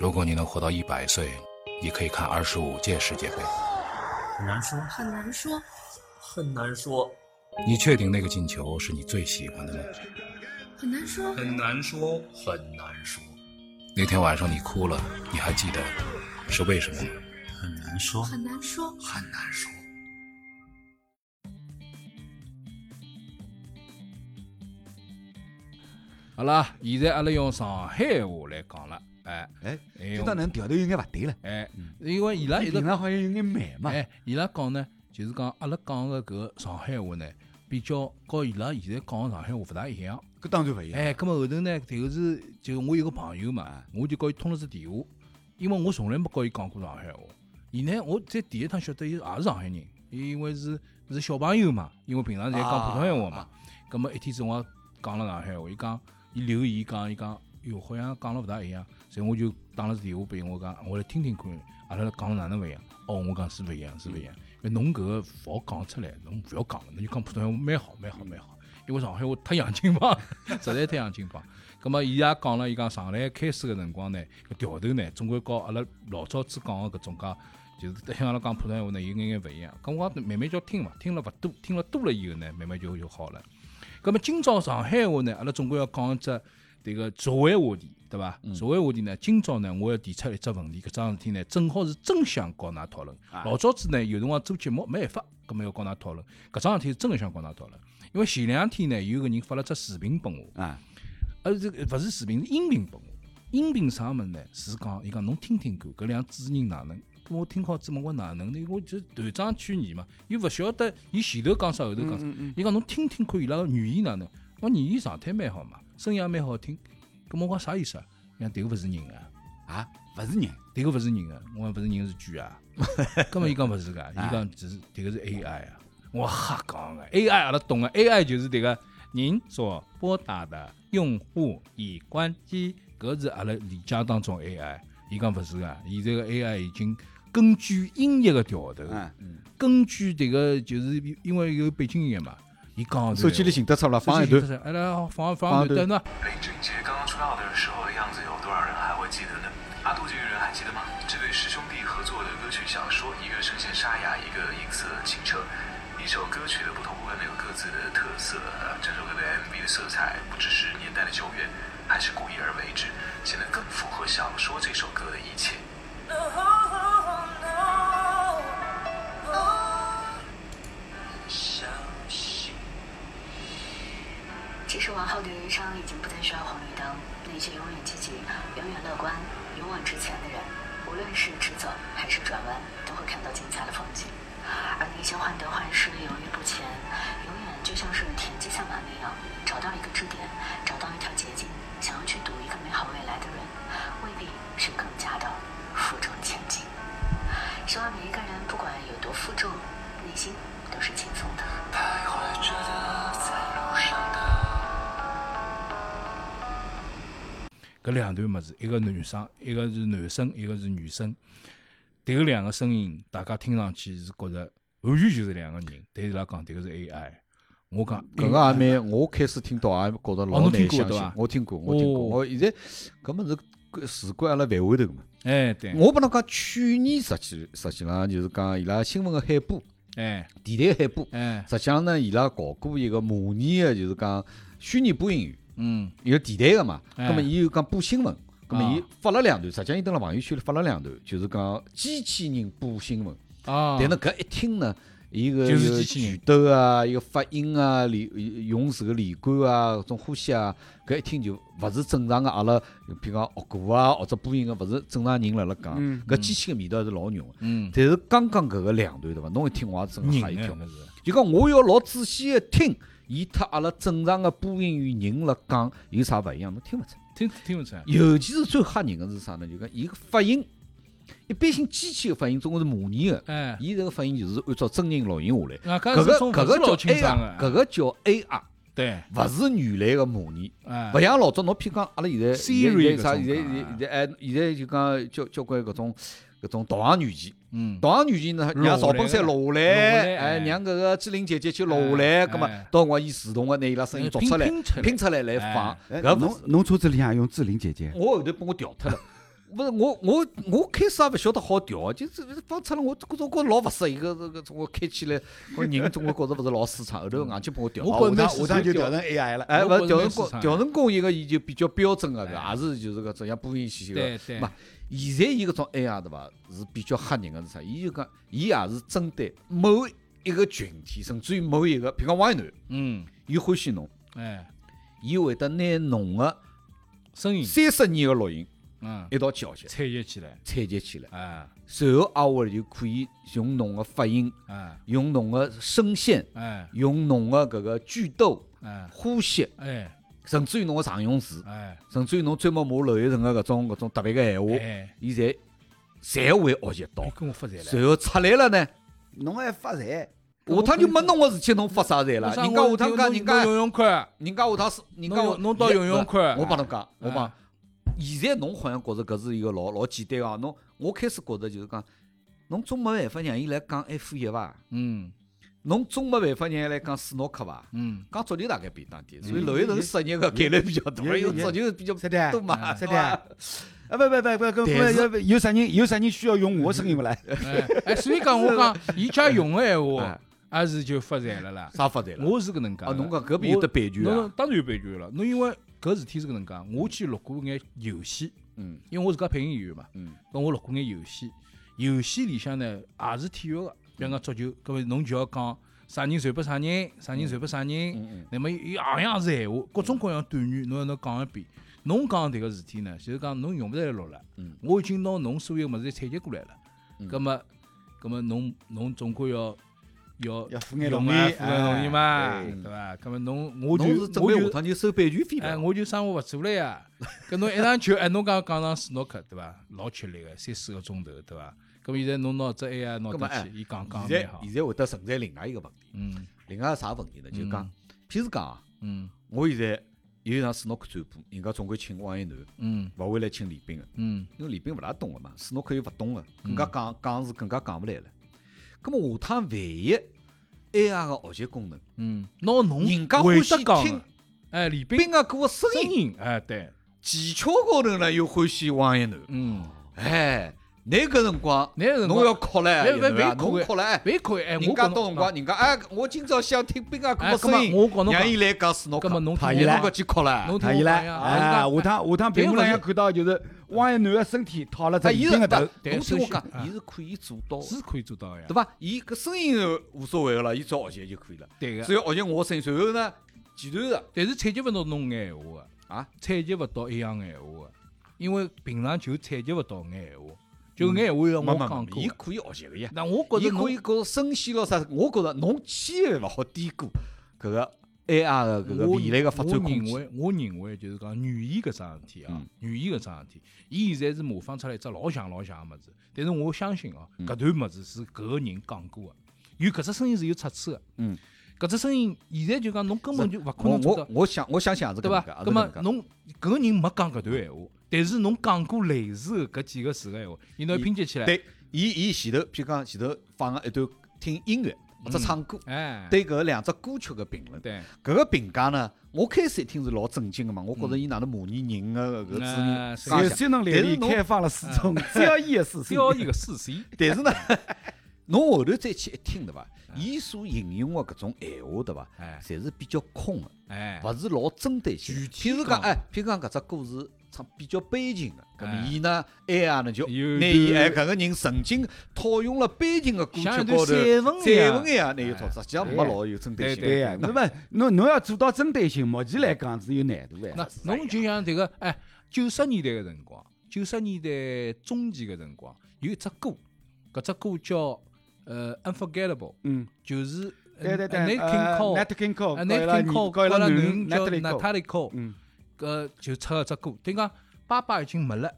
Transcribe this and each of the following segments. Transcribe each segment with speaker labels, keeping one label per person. Speaker 1: 如果你能活到一百岁，你可以看二十五届世界杯。
Speaker 2: 很难说，
Speaker 3: 很难说，
Speaker 2: 很难说，
Speaker 1: 你确定那个进球是你最喜欢的吗？
Speaker 3: 很难说，
Speaker 2: 很难说，很难说，
Speaker 1: 那天晚上你哭了，你还记得是为什么吗？
Speaker 2: 很难说，
Speaker 3: 很难说。
Speaker 2: 很难说。
Speaker 4: 好啦，现在阿拉用上海话来讲了，哎
Speaker 5: 哎，
Speaker 4: 哎
Speaker 5: 这
Speaker 4: 呦
Speaker 5: 当然调头有眼勿对了，
Speaker 4: 哎，因为伊拉一直
Speaker 5: 嗯平常好像有眼慢嘛。
Speaker 4: 哎，伊拉讲呢，就是讲阿拉讲个搿个上海话呢，比较和伊拉现在讲个上海话勿大一样。
Speaker 5: 搿当然勿一样。
Speaker 4: 哎，葛末后头呢，就是就我有个朋友嘛，我就和伊通了只电话，因为我从来没和伊讲过上海话。伊呢，我在第一趟晓得伊也是上海人，因为是是小朋友嘛，因为平常侪讲普通闲话嘛
Speaker 5: 啊。
Speaker 4: 葛末一天子我也讲了上海话，伊讲伊留言讲伊讲，哟，好像讲了勿大一样。所以我就打了只电话拨伊，我讲我来听听看，阿拉讲了哪能勿一样？哦，我讲是勿一样，是勿一样。
Speaker 5: 嗯
Speaker 4: 因为侬搿个勿好讲出来，侬勿要讲了，侬就讲普通闲话，蛮好，蛮好，蛮好。因为上海话太 洋泾浜，实在太洋泾浜。葛么，伊也啊讲了，伊讲上来开始个辰光呢，搿调头呢，总归和阿拉老早子讲啊个搿种介，就是像阿拉讲普通闲话呢，有眼眼勿一样。咁我讲慢慢叫听嘛，听了勿多，听了多了以后呢，慢慢就就好了。葛么，今朝上海话呢，阿拉总归要讲一只迭个社会话题，对伐？社会话题呢，今朝呢，我要提出一只问题，搿桩事体呢，正好是真想和㑚讨论。老早子呢，有辰光做节目没办法，葛么要和㑚讨论。搿桩事体是真个想和㑚讨论，因为前两天呢，有个人发了只视频拨我，
Speaker 5: 啊，
Speaker 4: 呃，这个勿是视频，是音频拨我。音频啥物事呢？是讲，伊讲侬听听看，搿两主持人哪能？咁我听好之后，我哪能呢？我就断章取义嘛，又勿晓得伊前头讲啥，后头
Speaker 5: 嗯
Speaker 4: 讲啥。伊讲侬听听看伊拉个语言哪能？我讲语言状态蛮好嘛，声音也蛮好听。咁我讲啥意思啊？伊讲迭个勿是人啊！
Speaker 5: 啊，勿是人，
Speaker 4: 迭个勿是人啊！我讲勿是人是鬼 啊！咁么伊讲勿是
Speaker 5: 啊
Speaker 4: 个，伊讲只是迭个是 AI 啊！我瞎讲个，AI 阿拉懂个，AI 就是迭个您所拨打的用户已关机，搿是阿拉理解当中 AI。伊讲勿是个，现在个 AI 已经根据音乐个调头，
Speaker 5: 啊，
Speaker 4: 根据迭个就是因为有背景音乐嘛，伊讲的
Speaker 5: 手机里寻得出了放一
Speaker 4: 手
Speaker 5: 段嗯
Speaker 4: 机。里头，哎来放
Speaker 5: 放
Speaker 4: 放
Speaker 5: 一
Speaker 4: 一段
Speaker 5: 段
Speaker 4: 那。
Speaker 6: 林俊杰刚刚出道的时候的样子，有多少人还会记得呢？阿杜这个人还记得吗？这对师兄弟合作的歌曲《小说》，一个声线沙哑，一个音色清澈。一首歌曲的不同部分呢，有各自的特色。呃整首歌的 MV 的色彩不只是年代的久远，还是故意而为之，显得更符合《小说》这首歌的一切。
Speaker 7: 相信。其实王浩的人生已经不再需要红绿灯，那些永远积极、永远乐观、勇往直前的人，无论是直走还是转弯，都会看到精彩的风景。而那些患得患失、犹豫不前，永远就像是田忌赛马那样，找到一个支点，找到一条捷径，想要去赌一个美好未来的人，未必是更加的负重前进。希望每一个人，不管有多负重，内心都是轻松的。
Speaker 6: 徘徊着的，在路上的。
Speaker 4: 搿两段物事，一个男生，一个是男生，一个是女生。迭个两个声音，大家听上去是觉着完全就是两个人，但是伊拉讲迭个是 AI。我讲
Speaker 5: 搿个也蛮，我开始听到也觉着
Speaker 4: 哦
Speaker 5: 老
Speaker 4: 侬
Speaker 5: 难
Speaker 4: 听过
Speaker 5: 相
Speaker 4: 对
Speaker 5: 信
Speaker 4: 伐。
Speaker 5: 我听过，我听过。
Speaker 4: 哦
Speaker 5: 我现在搿么是事关阿拉范围头个嘛。
Speaker 4: 哎对，
Speaker 5: 我帮侬讲，去年实际实际上就是讲伊拉新闻个海报，
Speaker 4: 哎
Speaker 5: 电台海报，
Speaker 4: 哎
Speaker 5: 实际上呢，伊拉搞过一个模拟个，就是讲虚拟播音员，
Speaker 4: 嗯
Speaker 5: 有电台个嘛。
Speaker 4: 哎
Speaker 5: 葛么伊又讲播新闻，葛么伊
Speaker 4: 啊
Speaker 5: 发了两段，实际上伊登了朋友圈里发了两段，就是讲机器人播新闻。
Speaker 4: 啊，
Speaker 5: 但呢，搿一听呢，伊个
Speaker 4: 就是
Speaker 5: 有
Speaker 4: 机器人
Speaker 5: 举头啊，有发音啊，连用自个连贯啊，搿种呼吸啊，搿一听就勿是正常个阿拉，譬如讲学歌啊，或者播音个，勿是正常人辣辣讲。搿机器个味道还是老浓个。
Speaker 4: 嗯，
Speaker 5: 但是刚刚搿个两段对伐？侬一听我也真吓一
Speaker 4: 人哎
Speaker 5: 跳。
Speaker 4: 搿是，
Speaker 5: 就讲我要老仔细个听，伊和阿拉正常个播音员人辣讲有啥勿一样？侬听勿出。
Speaker 4: 听听勿出来，
Speaker 5: 尤其是最吓人个是啥呢？就讲伊个发音，一般性机器个发音总归是模拟个。
Speaker 4: 哎，
Speaker 5: 伊这个发音就是按照真人录音下来。
Speaker 4: 啊，搿
Speaker 5: 搿个
Speaker 4: 是种
Speaker 5: 搿
Speaker 4: 勿是老
Speaker 5: 个叫
Speaker 4: 清爽
Speaker 5: AR，
Speaker 4: 个，
Speaker 5: 搿个叫 AR，
Speaker 4: 对，
Speaker 5: 勿是原来个模拟。
Speaker 4: 哎
Speaker 5: 勿，像老早侬譬如讲，阿拉现在
Speaker 4: Siri
Speaker 5: 现在啥？
Speaker 4: 搿
Speaker 5: 现
Speaker 4: 种
Speaker 5: 在
Speaker 4: 啊
Speaker 5: 现在哎，现在就讲交交关搿种搿种导航软件，
Speaker 4: 嗯，
Speaker 5: 导航软件呢，
Speaker 4: 录下来
Speaker 5: 让赵本山录下
Speaker 4: 录下
Speaker 5: 来，
Speaker 4: 来
Speaker 5: 哎
Speaker 4: 哎，
Speaker 5: 让搿个志玲姐姐去录下
Speaker 4: 哎
Speaker 5: 来，葛末
Speaker 4: 哎
Speaker 5: 到辰光伊自动个拿伊拉声音
Speaker 4: 哎
Speaker 5: 读
Speaker 4: 拼
Speaker 5: 出来
Speaker 4: 拼出来，
Speaker 5: 拼出来来
Speaker 4: 哎
Speaker 5: 放。
Speaker 4: 哎
Speaker 5: 搿勿勿是是我
Speaker 8: 侬车子里向用志玲姐姐，
Speaker 5: 我后头被我调脱了。不是我我我开始也勿晓得好调啊，就是放出来我我总觉着老勿适意个，这个我开起来，我人总归觉着勿是老舒畅，后头硬劲帮我调好。
Speaker 4: 我
Speaker 5: 下
Speaker 4: 觉着蛮舒畅
Speaker 5: 趟下趟就
Speaker 4: 的
Speaker 5: 调成 AI 了。哎，
Speaker 4: 我
Speaker 5: 勿
Speaker 4: 觉
Speaker 5: 调
Speaker 4: 着蛮
Speaker 5: 成
Speaker 4: 舒
Speaker 5: 工
Speaker 4: 畅
Speaker 5: 调成工伊个伊就比较标准个，搿也是就是搿只像播音戏
Speaker 4: 哎对
Speaker 5: 个。
Speaker 4: 对
Speaker 5: 嘛，现在伊搿种 AI 对伐，是比较吓人个是啥？伊就讲伊也是针对某一个群体，甚至于某一个，譬如讲歪男，
Speaker 4: 嗯，
Speaker 5: 伊欢喜侬，
Speaker 4: 哎，
Speaker 5: 伊会得拿侬个
Speaker 4: 声音，
Speaker 5: 三十年个录音
Speaker 4: 嗯，
Speaker 5: 一道去学习，
Speaker 4: 采集起来，
Speaker 5: 采集起来。
Speaker 4: 哎
Speaker 5: 随后阿我就可以用侬个发音，
Speaker 4: 哎
Speaker 5: 用侬个声线，
Speaker 4: 哎
Speaker 5: 用侬个搿个句逗、
Speaker 4: 哎
Speaker 5: 呼吸，
Speaker 4: 哎
Speaker 5: 甚至于侬个常用词，
Speaker 4: 哎
Speaker 5: 甚至于侬专门骂娄艺晨个搿种搿种特别个闲话，
Speaker 4: 哎，
Speaker 5: 伊侪侪会学习到
Speaker 4: 你。跟我发财了，
Speaker 5: 随后出来了呢，
Speaker 8: 侬还发财，
Speaker 5: 下趟就没侬个事体，侬发啥财了？人家下趟讲人
Speaker 4: 游
Speaker 5: 家，
Speaker 4: 泳圈，
Speaker 5: 人家下趟是人家
Speaker 4: 侬侬到游泳馆
Speaker 5: 我帮侬讲，我帮
Speaker 4: 啊。
Speaker 5: 现在侬好像觉着搿是一个老老简单个啊，侬我开始觉着就是讲，侬总没办法让伊来讲 F 一伐？
Speaker 4: 嗯
Speaker 5: 侬总没办法让伊来讲斯诺克伐？
Speaker 4: 嗯，
Speaker 5: 讲足球大概便当点，所以娄艺晨失业个概率比较大，因
Speaker 8: 也也
Speaker 5: 为足球比较
Speaker 8: 是 的
Speaker 5: 多嘛，
Speaker 8: 是
Speaker 5: 对伐
Speaker 8: 的。啊不不不不不不，
Speaker 5: 但是
Speaker 8: 要不有啥人有啥人需要用我的声音勿啦？
Speaker 4: 哎哎，所以讲我讲，伊家用个闲话
Speaker 5: 哎，
Speaker 4: 还是就发财了啦。
Speaker 5: 啥发财了？
Speaker 4: 我是搿能介的。
Speaker 5: 啊侬讲搿边有得版权啊
Speaker 4: 侬当然有版权了。侬因为搿事体是搿能介，我去录过眼游戏，
Speaker 5: 嗯，
Speaker 4: 因为我自家配音演员嘛，
Speaker 5: 嗯，
Speaker 4: 搿我录过眼游戏，游戏里向呢也是体育个，比方讲足球，搿么侬就要讲啥人传拨啥人，啥人传拨啥
Speaker 5: 嗯
Speaker 4: 人，那么伊行样是闲话，各种各样短语，侬要侬讲一遍。侬讲迭个事体呢，就是讲侬用勿着来录了，
Speaker 5: 嗯
Speaker 4: 我已经拿侬所有物事侪采集过来了，葛么葛么侬侬总归要要
Speaker 8: 要付眼
Speaker 4: 用
Speaker 8: 劳
Speaker 4: 啊
Speaker 8: 力
Speaker 4: 付眼劳力嘛，
Speaker 8: 哎
Speaker 4: 对伐？葛么侬我就
Speaker 5: 侬是准
Speaker 4: 我
Speaker 5: 备
Speaker 4: 就
Speaker 5: 下趟就收版权费
Speaker 4: 哎，
Speaker 5: 了？
Speaker 4: 我就生活勿做了 呀。搿侬一上球，哎，侬讲讲上斯诺克对伐？老吃力个，三四个钟头对伐？搿么现在侬拿只 AI
Speaker 5: 搿
Speaker 4: 拿
Speaker 5: 么哎
Speaker 4: 进去，伊讲讲
Speaker 5: 现
Speaker 4: 蛮
Speaker 5: 在
Speaker 4: 好。
Speaker 5: 现在会得存在另外一个问题，
Speaker 4: 嗯
Speaker 5: 另外啥问题呢？就是讲，譬如讲啊，
Speaker 4: 嗯
Speaker 5: 我现在有一场斯诺克转播，人家总归请王一楠，
Speaker 4: 嗯
Speaker 5: 勿会来请李斌个，
Speaker 4: 嗯
Speaker 5: 因为李斌勿大懂个嘛，斯诺克又勿懂个，更加讲讲是更加讲勿来了。葛么下趟万一 AI 个学习功能，
Speaker 4: 嗯，拿侬
Speaker 5: 人家
Speaker 4: 会
Speaker 5: 欢喜
Speaker 4: 得讲
Speaker 5: 听
Speaker 4: 的。哎，李斌
Speaker 5: 斌个歌个声
Speaker 4: 声
Speaker 5: 音。
Speaker 4: 音，哎对，
Speaker 5: 技巧高头呢又欢喜王一楠，
Speaker 4: 嗯，
Speaker 5: 哎，那个辰光，
Speaker 4: 那个辰光
Speaker 5: 侬要哭了，
Speaker 4: 别别
Speaker 5: 一楠啊
Speaker 4: 别哭
Speaker 5: 侬哭了，哎，
Speaker 4: 别可以哎，我
Speaker 5: 人家
Speaker 4: 讲
Speaker 5: 到辰光，人家哎，我今朝想听冰啊哥
Speaker 4: 哎
Speaker 5: 的声音
Speaker 4: 葛末我跟，侬讲
Speaker 5: 让伊来讲斯诺克，
Speaker 4: 葛末侬
Speaker 5: 怕
Speaker 4: 听
Speaker 5: 伊
Speaker 4: 我
Speaker 5: 拉
Speaker 4: 讲
Speaker 5: 搿去哭了，
Speaker 4: 侬听
Speaker 8: 可以
Speaker 4: 我
Speaker 8: 了，
Speaker 4: 讲呀，
Speaker 8: 哎，
Speaker 4: 哎
Speaker 8: 下趟下趟屏幕
Speaker 4: 别勿
Speaker 8: 浪向
Speaker 4: 是
Speaker 8: 看到就是王一楠的身体套了只
Speaker 5: 哎，
Speaker 8: 李
Speaker 5: 伊
Speaker 8: 斌
Speaker 5: 是不
Speaker 8: 的头，
Speaker 5: 侬听我讲
Speaker 4: 对，
Speaker 5: 伊是可以做到的，
Speaker 4: 是可以做到个呀
Speaker 5: 对，伐？伊搿声音无所谓个了，伊只要学习就可以了。
Speaker 4: 对个
Speaker 5: 只要学习我的声音，然后呢，其他的
Speaker 4: 但是采集勿到侬眼闲话个
Speaker 5: 啊，
Speaker 4: 采集勿到一样眼闲话个，因为平常就采集勿到眼闲话，就眼闲话要
Speaker 5: 嗯没
Speaker 4: 我
Speaker 5: 没
Speaker 4: 讲
Speaker 5: 没，
Speaker 4: 过
Speaker 5: 伊
Speaker 4: 的。
Speaker 5: 可以学习个呀。
Speaker 4: 那我觉着
Speaker 5: 伊可以
Speaker 4: 侬
Speaker 5: 觉着声线咯啥，我觉着侬千万勿好低估搿个 AI 的搿个
Speaker 4: 我
Speaker 5: 未来个发展
Speaker 4: 我
Speaker 5: 空
Speaker 4: 认
Speaker 5: 间。嗯
Speaker 4: 为，我认为就是讲语言搿桩事体啊，语言搿桩事体，伊现在是模仿出来一只老像老像个物事，但是我相信哦，
Speaker 5: 嗯
Speaker 4: 搿段物事是搿个人讲过个，有搿只声音是有出处个，
Speaker 5: 嗯，
Speaker 4: 搿只声音现在就讲侬根本就勿可
Speaker 5: 我
Speaker 4: 能做
Speaker 5: 我
Speaker 4: 到，
Speaker 5: 我想我相信也是搿
Speaker 4: 对
Speaker 5: 能
Speaker 4: 伐
Speaker 5: 介，啊
Speaker 4: 葛
Speaker 5: 也？是搿
Speaker 4: 么
Speaker 5: 能介。
Speaker 4: 侬搿个人没讲搿段闲话，但是侬讲过类似搿几个词个闲话，伊拿拼接起来，
Speaker 5: 对，伊伊前头，譬如讲前头放个一段听音乐或者唱歌，
Speaker 4: 哎，
Speaker 5: 对搿两只歌曲个评论，搿
Speaker 4: 对，
Speaker 5: 个评价呢，我开始一听是老震惊个嘛，我觉着伊哪能模拟人啊个搿个字
Speaker 4: 嗯哎
Speaker 5: 音
Speaker 4: 是
Speaker 5: 讲
Speaker 8: 有
Speaker 5: 一下
Speaker 8: 新能力
Speaker 5: 但是
Speaker 8: 里
Speaker 5: 侬
Speaker 8: 开放了四种 CLE 的四
Speaker 4: 标一个四 C，
Speaker 5: 但是呢， 侬后头再去一听对伐？伊所引用个搿种闲话对伐
Speaker 4: 啊哎？
Speaker 5: 侪是比较空个。
Speaker 4: 哎，
Speaker 5: 勿是老针对性的。
Speaker 4: 具体
Speaker 5: 譬如讲，
Speaker 4: 讲
Speaker 5: 哎，譬如讲搿只故事唱比较悲情的，搿么
Speaker 4: 哎
Speaker 5: 伊呢，AI 呢就
Speaker 4: 有
Speaker 5: 拿伊
Speaker 4: 段
Speaker 5: 哎搿个人曾经套用了悲情的歌曲
Speaker 4: 像
Speaker 5: 高
Speaker 4: 一
Speaker 5: 头，
Speaker 4: 段散文一样哎
Speaker 5: 散文一样拿伊套，实际上没老有针对性。
Speaker 8: 对哎呀，那么侬侬要做到针对性，目前来讲是有难度的。
Speaker 4: 那侬就像迭个哎，九十年代个辰光，九十年代中期个辰光，有一只歌，搿只歌叫呃《Unforgettable》，
Speaker 8: 嗯，
Speaker 4: 就是
Speaker 8: 对对对
Speaker 4: ，Nat
Speaker 8: 呃
Speaker 4: King Cole，
Speaker 8: Nat King Cole，
Speaker 4: 呃
Speaker 8: 搞一
Speaker 4: ，Nat
Speaker 8: 拉
Speaker 4: King
Speaker 8: 女
Speaker 4: Cole
Speaker 8: 搞一拉
Speaker 4: 了
Speaker 8: 女
Speaker 4: 女叫
Speaker 8: Natalie Cole
Speaker 4: Natalie Cole，
Speaker 8: 嗯，
Speaker 4: 搿就出了只歌，等于讲爸爸已经没了，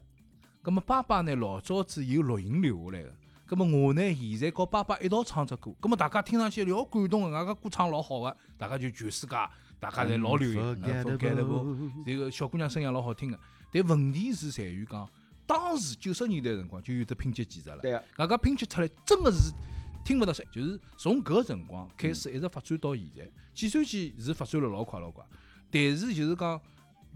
Speaker 4: 葛末啊爸爸呢老早子有录音留下来个。葛末啊我呢，现在和爸爸一道唱只歌，葛啊末大家听上去老感动啊个，外加歌唱老好个，啊大家就全世界啊大家侪老流行。呃 Unforgettable 这个小姑娘声音也老好听个，啊但问题是在于讲，当时九十年代辰光就有得拼接技术了，
Speaker 8: 对个
Speaker 4: 外加拼接出来真个是听勿到啥，就是从搿辰光开始一直发展到现在，计算机是发展了老快老快，但是就是讲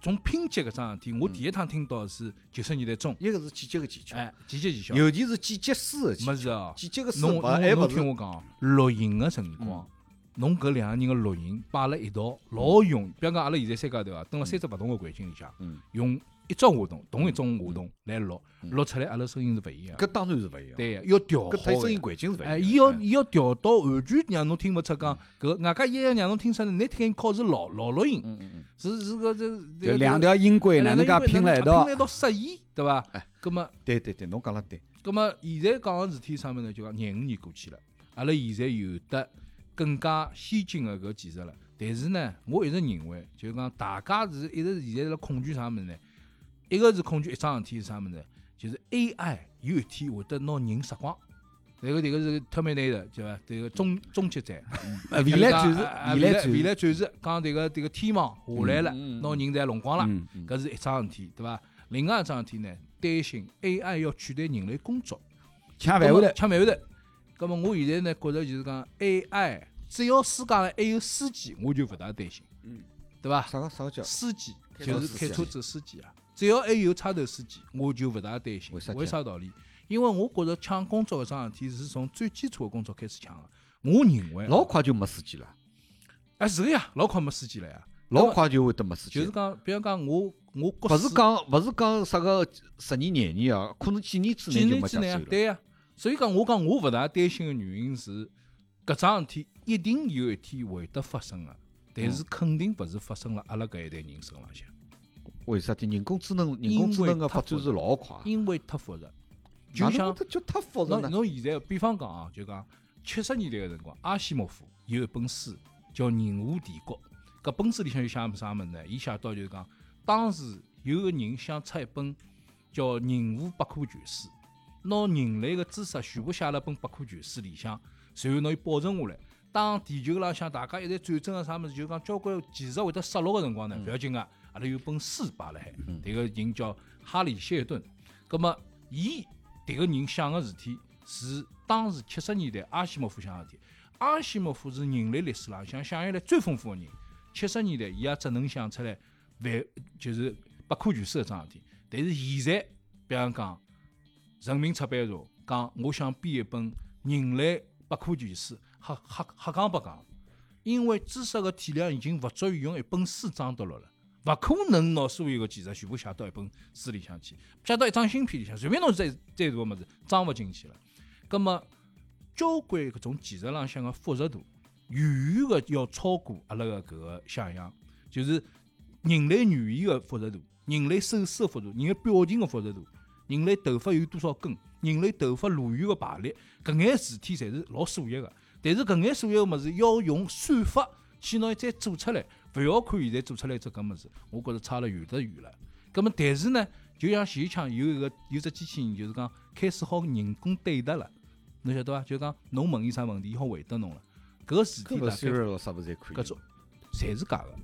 Speaker 4: 从拼接搿桩事体，我第一趟听到是九十年代中，
Speaker 5: 一个是季节个技巧，
Speaker 4: 哎，季节技巧，
Speaker 5: 尤其是季节诗个技巧
Speaker 4: 没，事哦。
Speaker 5: 季节个诗
Speaker 4: 侬
Speaker 5: 勿
Speaker 4: 侬
Speaker 5: 还
Speaker 4: 侬
Speaker 5: 勿
Speaker 4: 听
Speaker 5: 是嗯
Speaker 4: 我讲哦，录音个辰光，侬搿两个人个录音摆辣一道，老容易。比方讲，阿拉现在三家头啊，蹲辣三只勿同个环境里向
Speaker 5: 嗯，
Speaker 4: 用一只话筒，同一种话筒来录，录出来阿拉声音是勿一样的。
Speaker 5: 搿当然是勿一样，
Speaker 4: 对，要调好
Speaker 5: 搿对声音
Speaker 4: 的。
Speaker 5: 环境是勿一
Speaker 4: 哎，
Speaker 5: 样。嗯
Speaker 4: 伊要伊要调到完全让侬听勿出讲搿，外加一个让侬听出来，你听靠是老老录
Speaker 5: 嗯
Speaker 4: 音，是是个这
Speaker 8: 就
Speaker 4: 这
Speaker 8: 两条音轨哪能介拼
Speaker 4: 了
Speaker 8: 辣一道
Speaker 4: 拼？了一道适意，对伐？
Speaker 5: 哎，
Speaker 4: 葛末
Speaker 5: 对对对，侬讲了对，
Speaker 4: 咁么现在讲个事体啥物事呢？就讲廿五年过去了，阿拉现在有得更加先进个搿技术了。但是呢，我一直认为，就是讲大家是一直现在辣恐惧啥物事呢？一个是恐惧一桩事体是啥物事呢？就是 AI 有一天会得拿人杀光。迭个迭个是 Terminator 对伐？迭个终终结者，
Speaker 8: 呃未来战士
Speaker 4: 啊，
Speaker 8: 未来
Speaker 4: 来
Speaker 8: 战士
Speaker 4: 未来战士，讲迭个迭个天网下来了，拿人侪弄光了
Speaker 8: 嗯，
Speaker 4: 搿是一桩事体，对伐？另外一桩事体呢，担心 AI 要取代人类工作，
Speaker 8: 抢饭碗哎头，
Speaker 4: 抢饭碗头。咁么我现在呢，觉着就是讲 AI，只要世界上还有司机，我就勿大担心，嗯，对伐？
Speaker 5: 啥个啥个叫
Speaker 4: 司机
Speaker 5: 开
Speaker 4: 就
Speaker 5: 车
Speaker 4: 是
Speaker 5: 司
Speaker 4: 开
Speaker 5: 机
Speaker 4: 车子司机啊，只要还有差头司机，我就勿大担心
Speaker 5: 为啥。
Speaker 4: 为
Speaker 5: 这
Speaker 4: 啥道理？因为我觉着抢工作搿桩事体是从最基础的工作开始抢的。我认为啊，
Speaker 5: 老快就没司机了，
Speaker 4: 啊是个呀，老快没司机了呀。
Speaker 5: 老
Speaker 4: 么
Speaker 5: 快就会得没司机
Speaker 4: 就
Speaker 5: 了
Speaker 4: 是。讲，比方讲我我国
Speaker 5: 勿是
Speaker 4: 四
Speaker 5: 讲勿是讲啥个十年廿年啊，可能几年之
Speaker 4: 几
Speaker 5: 内就
Speaker 4: 年
Speaker 5: 没
Speaker 4: 之
Speaker 5: 驾
Speaker 4: 内啊
Speaker 5: 驶，了。
Speaker 4: 对呀、所以讲，我讲我勿大担心个原因是，搿桩事体一定有一天会得发生个、但
Speaker 5: 嗯
Speaker 4: 是肯定勿是发生辣阿拉搿一代人身浪向，
Speaker 5: 啊为啥体人工智能人工智能个发展是老快，
Speaker 4: 因为太复杂。就
Speaker 5: 哪能
Speaker 4: 像
Speaker 5: 会得叫太复杂
Speaker 4: 侬
Speaker 5: 呢？
Speaker 4: 侬现在，比方讲啊，就讲七十年代个辰光，阿西莫夫有一本书叫《人物帝国》，搿本书里向有写啥物事呢？伊写到就是讲，当时有个人想出一本叫《人物百科全书》，拿人类个知识全部写辣本百科全书里向，然后拿伊保存下来。当地球浪向大家一旦战争啊啥物事，就讲交关技术会得失落个辰光呢，勿要紧个，阿拉有本书摆辣海，迭个人叫哈里谢顿。葛么，伊迭个人想个事体是当时七十年代阿西莫夫想个事体。阿西莫夫是人类历史浪向想象力最丰富个人。七十年代伊也只能想出来万就是百科全书搿桩事体。但是现在，比方讲，人民出版社讲我想编一本人类百科全书，瞎瞎瞎讲八讲，因为知识个体量已经勿足以用一本书装得落了。勿可能拿所有个技术全部写到一本书里向去，写到一张芯片里向，随便侬再再大个物事装勿进去了。葛么，交关搿种技术浪向个复杂度，远远个要超过阿拉个搿个想象，就是人类语言个复杂度，人类手势个复杂度，人类表情个复杂度，人类头发有多少根，人类头发螺旋个排列，搿眼事体侪是老数学个。但是搿眼数学个物事要用算法去拿伊再做出来，勿要看现在做出来只搿物事，我觉着差了远得远了。葛末但是呢，就像前一腔有一个有只机器人，就是讲开始好人工对答了，侬晓得伐？就是讲侬问伊啥问题，伊好回答侬了。搿事体
Speaker 5: 搿
Speaker 4: 大
Speaker 5: 勿
Speaker 4: 概
Speaker 5: Siri 咯啥物事侪可
Speaker 4: 搿
Speaker 5: 以
Speaker 4: 种。侪是假个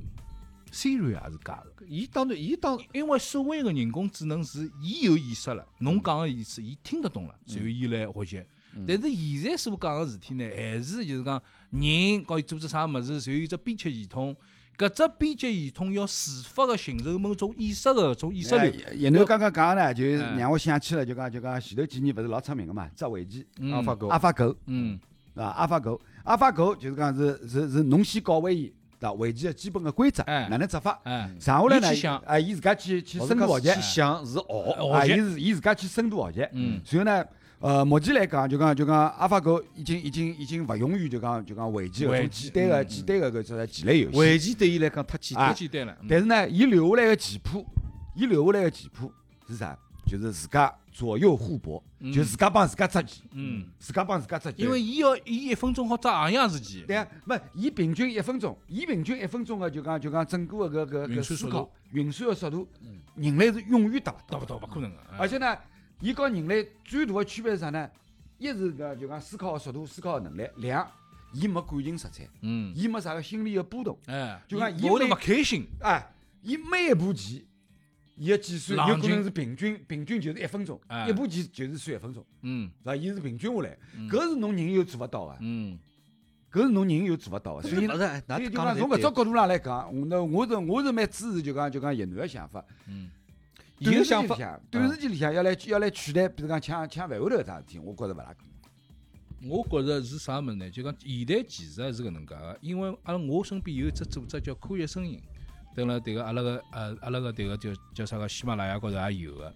Speaker 4: ，Siri 也是假个。
Speaker 5: 伊当然，伊当
Speaker 4: 因为所谓个人工智能是伊有意识了，侬讲个意思伊听得懂了，然后伊来学习。
Speaker 8: 嗯
Speaker 4: 但是现在所讲个事体呢，还是就是讲人告伊做只啥物事，然后有只编辑系统，搿只编辑系统要自发个形成某种意识个种意识
Speaker 8: 哎
Speaker 4: 流。
Speaker 8: 叶侬刚刚讲呢，就是
Speaker 4: 哎
Speaker 8: 让我想起了，就讲就讲前头几年勿是老出名个嘛，只围棋，
Speaker 4: 嗯
Speaker 5: 阿法狗
Speaker 8: 阿法狗，
Speaker 4: 嗯
Speaker 8: 对伐？啊阿法狗，阿法狗就是讲是是是侬先教会伊，对伐？围棋个基本个规则，
Speaker 4: 哎
Speaker 8: 哪能执法，
Speaker 4: 哎，
Speaker 8: 剩下来
Speaker 4: 伊去想
Speaker 8: 呢，哎，伊自家去去深度学
Speaker 5: 去
Speaker 8: 习，
Speaker 5: 想是学，
Speaker 4: 学
Speaker 8: 哎啊，
Speaker 4: 习
Speaker 8: 伊是伊自家去深度学习，
Speaker 4: 嗯，
Speaker 8: 然后呢，呃，目前来讲，就讲就讲阿法狗已经已经已经勿用于就讲就讲围棋搿
Speaker 4: 围
Speaker 8: 种
Speaker 4: 棋
Speaker 8: 简单个简单个搿只棋类游戏，
Speaker 5: 围棋对伊来讲太简单
Speaker 8: 啊
Speaker 4: 太。简单了。嗯
Speaker 8: 但是呢，伊留下来个棋谱，伊留下来个棋谱是啥？就是自家左右互搏，就自家帮自家出棋，
Speaker 4: 嗯，
Speaker 8: 自家帮自家出棋。
Speaker 4: 因为伊要伊一分钟好抓行样子棋。
Speaker 8: 对啊，没伊平均一分钟，伊平均一分钟个就讲就讲整个个搿搿
Speaker 4: 运算
Speaker 8: 搿思
Speaker 4: 速
Speaker 8: 考
Speaker 4: 度、嗯
Speaker 8: 运算个速度，人类是永远达勿
Speaker 4: 达
Speaker 8: 到
Speaker 4: 勿
Speaker 8: 的。
Speaker 4: 到，勿可能个。哎
Speaker 8: 而且呢，伊和人类最大个区别是啥呢？一是搿就讲思考个速度、思考个能力；两，伊没感情色彩，
Speaker 4: 嗯，
Speaker 8: 伊没啥个心理个波动。
Speaker 4: 哎，
Speaker 8: 就讲
Speaker 4: 伊
Speaker 8: 伊
Speaker 4: 会得
Speaker 8: 每
Speaker 4: 勿开心。
Speaker 8: 哎，伊每一步棋，伊个计算有
Speaker 4: 冷
Speaker 8: 可
Speaker 4: 静
Speaker 8: 能是平均，平均就是一分钟
Speaker 4: 哎，
Speaker 8: 一步棋就是算一分钟，
Speaker 4: 嗯
Speaker 8: 是吧？伊是平均下来，搿是侬人又做勿到个，啊
Speaker 4: 嗯，
Speaker 8: 搿是侬人有做勿到啊的，所以
Speaker 5: 勿是哎
Speaker 8: 所
Speaker 5: 㑚
Speaker 8: 以就
Speaker 5: 讲得
Speaker 8: 讲
Speaker 5: 侪
Speaker 8: 从搿
Speaker 5: 对
Speaker 8: 只角度上来讲，我呢我是我是蛮支持就讲就讲越南个想法。
Speaker 4: 嗯
Speaker 5: 伊
Speaker 8: 短
Speaker 5: 个
Speaker 8: 时间
Speaker 5: 想
Speaker 8: 里
Speaker 5: 法，
Speaker 8: 向，短时间里向要来要来取代，比如讲抢抢饭后头啥事体，我觉着勿大可能。
Speaker 4: 我觉着是啥物事呢？就讲现在其实是搿能介个，因为阿拉我身边有一只组织叫科学声音，对了，迭个阿拉个呃阿拉个迭个叫叫啥个喜马拉雅高头也有个。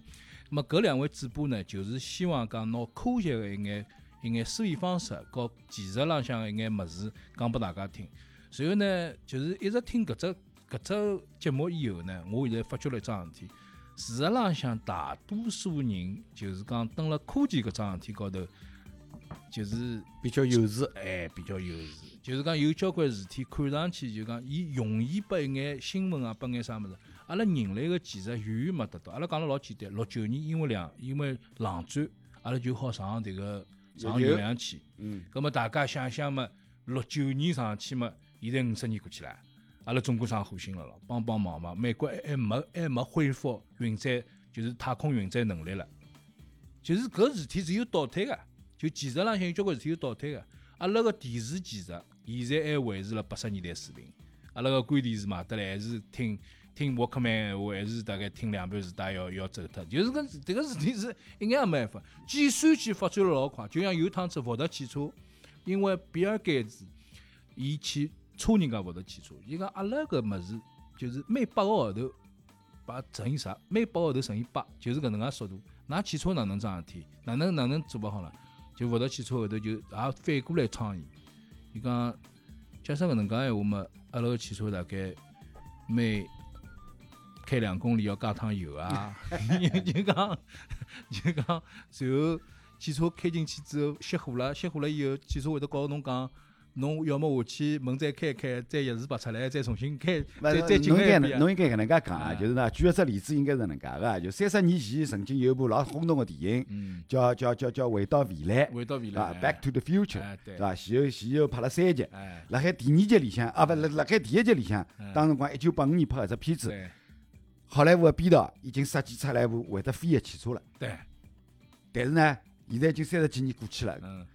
Speaker 4: 那么搿两位主播呢，就是希望讲拿科学个一眼一眼思维方式和技术浪向一眼物事讲拨大家听。随后呢，就是一直听搿只搿只节目以后呢，我现在发觉了一桩事体。事实浪向，大多数人就是讲登了科技搿桩事体高头，就是
Speaker 5: 比较幼稚。
Speaker 4: 哎，比较幼稚，就是讲有交关事体看上去就讲，伊容易拨一眼新闻啊，拨眼啥物事。阿拉人类个技术远远没得到。阿拉讲了老简单，六九年因为两因为冷战，阿拉就好上迭个上
Speaker 8: 月球
Speaker 4: 月亮去。
Speaker 8: 嗯，
Speaker 4: 葛末大家想想嘛，六九年上去嘛，现在五十年过去了，阿拉中国上火星了咯，帮帮忙嘛。美国还还没还没恢复运载，就是太空运载能力了。就是搿事体是有倒退个，就技术浪向有交关事体有倒退个。阿拉个电视技术现在还维持了八十年代水平，阿拉个关电视买得来还是听听 Walkman 闲话，还是大概听两盘磁带要要走脱。就是搿迭个事体是一眼也没办法。计算机发展了老快，就像有一趟子福特汽车，因为比尔盖茨伊去戳人家福特汽车，伊讲阿拉个物事就是每八个号头把乘以啥，每八个号头乘以八，就是搿能介速度。㑚汽车哪能桩事体？哪能哪能做勿好了？就福特汽车后头就也啊反过来倡议，伊讲假使搿能介闲话嘛，阿拉个汽车大概每开两公里要加趟油啊， 就讲就讲，随后汽车开进去之后熄火了，熄火了以后，汽车会得告诉侬讲。侬要么下去门再开开，再钥匙拔出来，再重新开，再再进
Speaker 8: 侬
Speaker 4: 来
Speaker 8: 应该
Speaker 4: 一遍
Speaker 8: 能
Speaker 4: 啊。
Speaker 8: 侬应该搿能介讲啊，
Speaker 4: 啊
Speaker 8: 就是呢，举个只例子应该是能介个，啊就三十年前曾经有一部老轰动个电影，
Speaker 4: 嗯，
Speaker 8: 叫叫叫叫《回到未来》
Speaker 4: 回到未来
Speaker 8: 啊，《Back to the Future
Speaker 4: 哎》对
Speaker 8: 对伐？前后前后拍了三集，
Speaker 4: 哎，
Speaker 8: 辣海第二集里向啊，勿辣辣海第一集里向，当辰光一九八五年拍个只片子，
Speaker 4: 嗯对
Speaker 8: 好莱坞个编导已经设计出来一部会得飞个汽车了，
Speaker 4: 对，
Speaker 8: 但是呢，现在已经三十几年过去了，
Speaker 4: 嗯，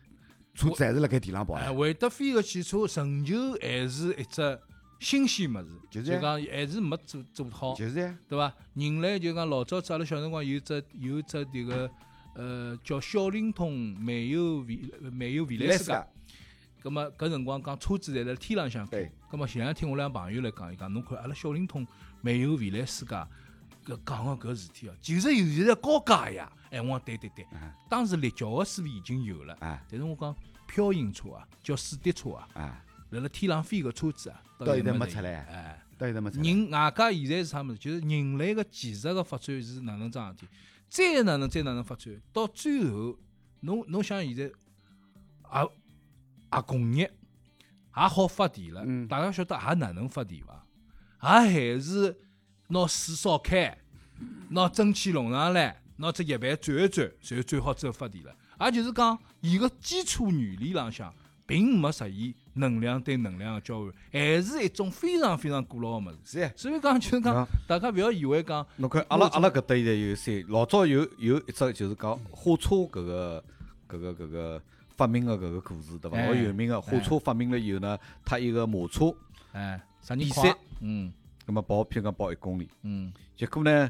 Speaker 8: 车子还是辣盖地浪跑
Speaker 4: 哎，
Speaker 8: 了。
Speaker 4: 会得飞个汽车成就还是一只新鲜物事，
Speaker 8: 就是呀
Speaker 4: 讲还是没做做好，
Speaker 8: 就是呀，
Speaker 4: 对伐？人类就讲老早子阿拉小辰光有只有只迭个呃叫小灵通漫游未漫游未来世界。葛末搿辰啊光讲车子侪辣天浪向开
Speaker 8: 对，
Speaker 4: 葛啊末前两天我两朋友来讲，伊讲侬看阿拉小灵通漫游未来世界搿讲个搿事体哦，就是有现在高价呀。哎，我讲对对对，当时立交个思维已经有了，
Speaker 8: 啊
Speaker 4: 但是我讲漂移车啊，叫水滴车啊，
Speaker 8: 啊，
Speaker 4: 辣辣天浪飞个车子啊，
Speaker 8: 到
Speaker 4: 现
Speaker 8: 现在
Speaker 4: 没
Speaker 8: 没
Speaker 4: 得
Speaker 8: 出来
Speaker 4: 有
Speaker 8: 啊
Speaker 4: 哎。
Speaker 8: 到现在没出来。
Speaker 4: 人外加现在是啥物事？就是人类个技术个发展是哪能桩事体，再哪能再哪能发展，到最后，侬侬想现在啊也也工业也好发电了，
Speaker 8: 嗯
Speaker 4: 大家晓得也哪能发电伐？也还是拿水烧开，拿蒸汽弄上来，拿只叶板转一转，然后转好之后发电了。也就是讲，伊个基础原理浪向并没实现能量对能量个交换，还是一种非常非常古老个物事。
Speaker 8: 是呀，
Speaker 4: 所以讲，就是讲
Speaker 5: 啊，
Speaker 4: 大家勿要以为讲，
Speaker 5: 侬看，阿拉阿拉搿搭现在有三，老早有有一只就是讲火车搿个搿个搿个发明个搿个故事，对伐？
Speaker 4: 哎
Speaker 5: 老有名个火车发明了以后呢，它一个马车，
Speaker 4: 哎，啥人
Speaker 5: 比
Speaker 4: 快
Speaker 5: 赛？
Speaker 4: 嗯
Speaker 5: 葛么跑，譬如讲跑一公里，
Speaker 4: 嗯，
Speaker 5: 结果呢，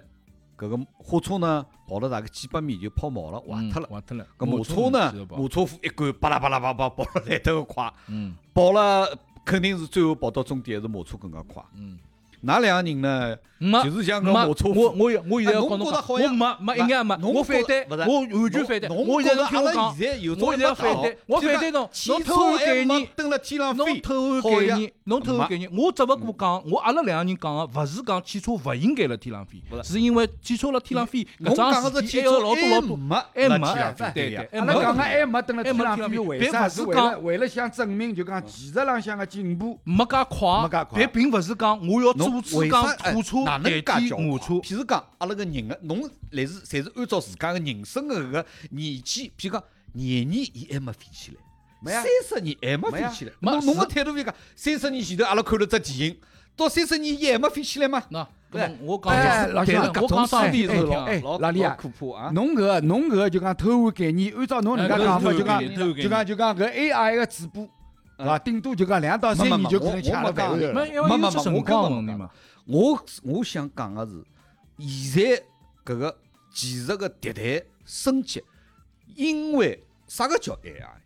Speaker 5: 搿个火车呢跑了大概几百米就跑毛了，坏脱
Speaker 4: 嗯
Speaker 5: 了。
Speaker 4: 坏脱了。
Speaker 5: 搿马车呢
Speaker 4: 继续，跑
Speaker 5: 马车夫一管巴拉巴拉巴拉跑了来得个快，
Speaker 4: 嗯
Speaker 5: 跑了肯定是最后跑到终点还是马车更加快。
Speaker 4: 嗯，
Speaker 5: 哪两个人呢？
Speaker 4: 没
Speaker 5: 就是像搿
Speaker 4: 没
Speaker 5: 马车
Speaker 4: 我
Speaker 5: 夫。
Speaker 4: 我有我现在
Speaker 5: 啊
Speaker 4: 要
Speaker 5: 侬
Speaker 4: 告侬
Speaker 5: 觉
Speaker 4: 讲
Speaker 5: 得，好
Speaker 4: 我
Speaker 5: 像
Speaker 4: 没没一
Speaker 5: 那
Speaker 4: 眼没，
Speaker 5: 侬
Speaker 4: 我
Speaker 5: 觉
Speaker 4: 反
Speaker 5: 得
Speaker 4: 对，
Speaker 5: 不是
Speaker 4: 我完全反对。
Speaker 5: 侬
Speaker 4: 我现
Speaker 5: 觉
Speaker 4: 在
Speaker 5: 得
Speaker 4: 听
Speaker 5: 阿
Speaker 4: 我
Speaker 5: 拉
Speaker 4: 讲，
Speaker 5: 现在有
Speaker 4: 我现在
Speaker 5: 啥
Speaker 4: 反对，我反对侬，侬偷换概念，
Speaker 5: 登了天浪
Speaker 4: 侬
Speaker 5: 飞，
Speaker 4: 偷换概念，侬偷换概念。我只勿过讲，我阿拉两个人讲个，勿是讲汽车勿应该辣天浪飞，是因为汽车辣天浪飞搿
Speaker 5: 侬讲
Speaker 4: 桩
Speaker 5: 个
Speaker 4: 事
Speaker 5: 是
Speaker 4: 体
Speaker 5: 汽
Speaker 4: 还有
Speaker 5: 车
Speaker 4: 老多老多，
Speaker 5: 没
Speaker 4: 还
Speaker 5: 没
Speaker 4: 没，对对，还
Speaker 8: 阿
Speaker 4: 没
Speaker 8: 拉
Speaker 4: 搿
Speaker 8: 讲
Speaker 4: 种
Speaker 8: 个还没等了
Speaker 4: 哎
Speaker 8: 天
Speaker 4: 没
Speaker 8: 浪
Speaker 4: 天
Speaker 8: 飞，
Speaker 4: 浪
Speaker 8: 为
Speaker 4: 别
Speaker 8: 啥？
Speaker 4: 勿
Speaker 8: 是
Speaker 4: 是
Speaker 8: 为
Speaker 4: 讲
Speaker 8: 了为了想证明，就讲技术浪向个进步。
Speaker 4: 没介
Speaker 8: 没介
Speaker 4: 快，
Speaker 8: 快
Speaker 4: 但并勿是讲我要
Speaker 5: 侬
Speaker 4: 阻止讲土车
Speaker 5: 哎哪能
Speaker 4: 代
Speaker 5: 介
Speaker 4: 替
Speaker 5: 叫
Speaker 4: 马车。
Speaker 5: 譬如讲，阿拉个人个，侬来是侪是按照自家个人生个搿个年纪，譬如讲廿年伊还没飞起来，
Speaker 8: 没呀
Speaker 5: 三十年还没飞起来。
Speaker 4: 没呀
Speaker 5: 侬
Speaker 4: 没
Speaker 5: 侬个
Speaker 4: 是
Speaker 5: 态度就讲，三十年前头阿拉看了只电影，到三十年伊还没飞起来吗？
Speaker 4: 那
Speaker 5: 对
Speaker 4: 搿我
Speaker 8: 哎
Speaker 4: 讲，
Speaker 8: 老乡
Speaker 4: 我讲上帝
Speaker 8: 哎
Speaker 4: 是老
Speaker 8: 哎
Speaker 5: 老
Speaker 8: 老李啊
Speaker 5: 老可怕啊！
Speaker 8: 侬搿个侬搿个就讲偷换概念，按照侬人家
Speaker 4: 哎
Speaker 8: 讲法，
Speaker 4: 搿是
Speaker 8: 就
Speaker 4: 偷换概念偷换概念
Speaker 8: 讲就讲就讲搿 AI 个嘴巴是伐？顶多就讲两到三
Speaker 5: 没
Speaker 8: 年
Speaker 5: 没
Speaker 8: 就
Speaker 5: 没我
Speaker 8: 可能吃阿
Speaker 5: 我
Speaker 8: 拉
Speaker 5: 没
Speaker 8: 讲
Speaker 5: 讲
Speaker 4: 没，因为
Speaker 5: 没
Speaker 4: 有
Speaker 5: 没
Speaker 4: 只
Speaker 5: 没啊
Speaker 4: 辰
Speaker 5: 我
Speaker 4: 光
Speaker 5: 刚
Speaker 4: 问题
Speaker 5: 刚
Speaker 4: 嘛。
Speaker 5: 我我想讲个是，现在搿个技术个迭代升级，因为啥个叫 AI？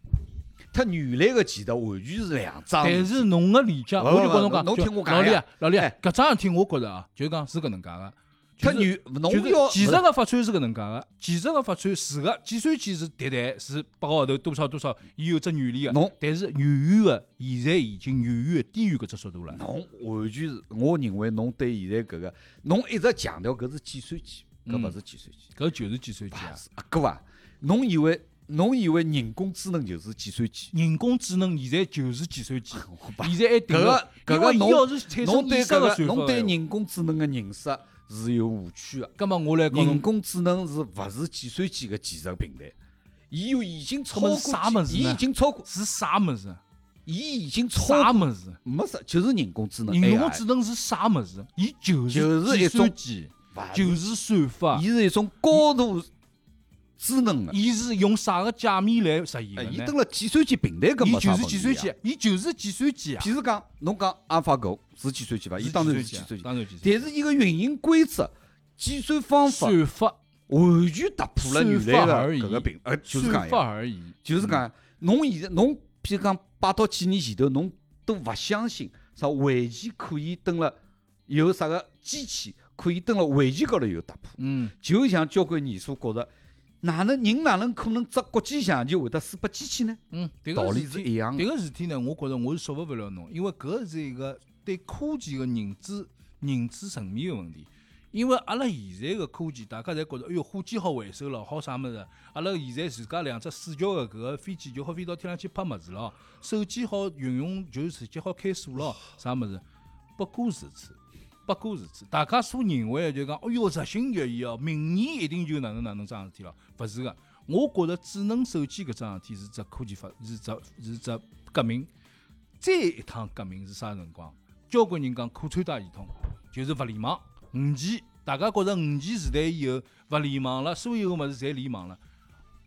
Speaker 5: 它原来个技术完全是两桩
Speaker 4: 但
Speaker 5: 事体。
Speaker 4: 是侬个理解，
Speaker 5: 不
Speaker 4: 我就
Speaker 5: 不
Speaker 4: 跟
Speaker 5: 不
Speaker 4: 侬讲，
Speaker 5: 侬
Speaker 4: 就
Speaker 5: 听我讲
Speaker 4: 老李
Speaker 5: 呀
Speaker 4: 啊，老李啊
Speaker 5: 哎，
Speaker 4: 搿桩事体我觉着啊，就是讲是搿能介个，
Speaker 5: 它
Speaker 4: 就是
Speaker 5: 原侬
Speaker 4: 就是
Speaker 5: 要
Speaker 4: 技术个发展是搿能介个，技术个发展是个，计算机是迭代是八个号头多少多少，伊有只原理个
Speaker 5: 侬，
Speaker 4: 但是远远个现在已经远远地低于搿只速度了。
Speaker 5: 侬完全是，我认为侬对现在搿个，侬一直强调搿是计算机，搿勿
Speaker 4: 嗯
Speaker 5: 是计算机，
Speaker 4: 搿就是计算机啊
Speaker 5: 勿！是阿哥啊！侬以为侬以为人工智能就是计算机？
Speaker 4: 人工智能现在就是计算 机，
Speaker 5: 不
Speaker 4: 现在还
Speaker 5: 搿
Speaker 4: 定
Speaker 5: 个
Speaker 4: 了
Speaker 5: 搿
Speaker 4: 因
Speaker 5: 个
Speaker 4: 为伊要
Speaker 5: 侬
Speaker 4: 是产生
Speaker 5: 侬
Speaker 4: 意
Speaker 5: 对
Speaker 4: 识个
Speaker 5: 搿个
Speaker 4: 算法
Speaker 5: 侬对
Speaker 4: 的闲话，
Speaker 5: 人工智能个认识是有误区个。
Speaker 4: 葛末我来讲
Speaker 5: 人
Speaker 4: 侬，
Speaker 5: 工智能是勿是计算机个技术平台？伊有已经超
Speaker 4: 么
Speaker 5: 过
Speaker 4: 啥
Speaker 5: 计
Speaker 4: 物事
Speaker 5: 伊
Speaker 4: 呢
Speaker 5: 已经超过，
Speaker 4: 是啥物事？
Speaker 5: 伊已经
Speaker 4: 啥
Speaker 5: 超
Speaker 4: 物事？
Speaker 5: 没啥，就是人工智能
Speaker 4: 人工
Speaker 5: AI。
Speaker 4: 智能是啥物事？伊就
Speaker 5: 就是是
Speaker 4: 计
Speaker 5: 一
Speaker 4: 算
Speaker 5: 种
Speaker 4: 机，
Speaker 5: 勿
Speaker 4: 就是是算法
Speaker 5: 伊。是一种高度智能个，
Speaker 4: 伊是用啥个界面来实现的
Speaker 5: 哎伊
Speaker 4: 呢
Speaker 5: 登？了计算机平台搿
Speaker 4: 伊
Speaker 5: 没啥
Speaker 4: 就
Speaker 5: 问题
Speaker 4: 是
Speaker 5: 啊
Speaker 4: 计算机。，伊就是计算机啊！
Speaker 5: 譬如讲，侬讲阿法狗是计算机伐？伊当然是
Speaker 4: 计
Speaker 5: 计
Speaker 4: 算
Speaker 5: 算
Speaker 4: 机啊
Speaker 5: 机，
Speaker 4: 当然计算机。
Speaker 5: 但是伊个运行规则、计算方法
Speaker 4: 算法，
Speaker 5: 完全突破了原来
Speaker 4: 算法
Speaker 5: 个
Speaker 4: 而已
Speaker 5: 搿个平，呃，就是讲
Speaker 4: 算
Speaker 5: 一
Speaker 4: 法
Speaker 5: 样，
Speaker 4: 而已。
Speaker 5: 就是讲，侬现在侬譬如讲摆到几年前头，侬都勿相信啥围棋可以登了有啥个机器可以登了围棋高头有突破，
Speaker 4: 嗯，
Speaker 5: 就像交关年数觉着。哪能人哪能可能只国际象棋会得输拨机器呢？
Speaker 4: 嗯，迭
Speaker 5: 道
Speaker 4: 个
Speaker 5: 理
Speaker 4: 事
Speaker 5: 是
Speaker 4: 体，
Speaker 5: 一样
Speaker 4: 迭
Speaker 5: 的。
Speaker 4: 个事体呢，我觉着我是说服勿了侬，因为搿是一个对科技个认知、认知层面个问题。因为阿拉现在个科技，大家侪觉着，哎哟，火箭好回收了，好啥物事？阿拉现在自家两只视角个搿个飞机就好飞到天上去拍物事了，手机好运用就是直接好开锁了，啥物事？不过如此，不过如此。大家所认为的就讲，哎哟，日新月异哦，明年一定就哪能哪能桩事体了，勿是个。我觉着智能手机搿桩事体是只科技发，是只是只革命。再一趟革命是啥辰光？交关人讲可穿戴系统就是物联网五 G，大家觉着五 G 时代以后物联网了，所有个物事侪联网了，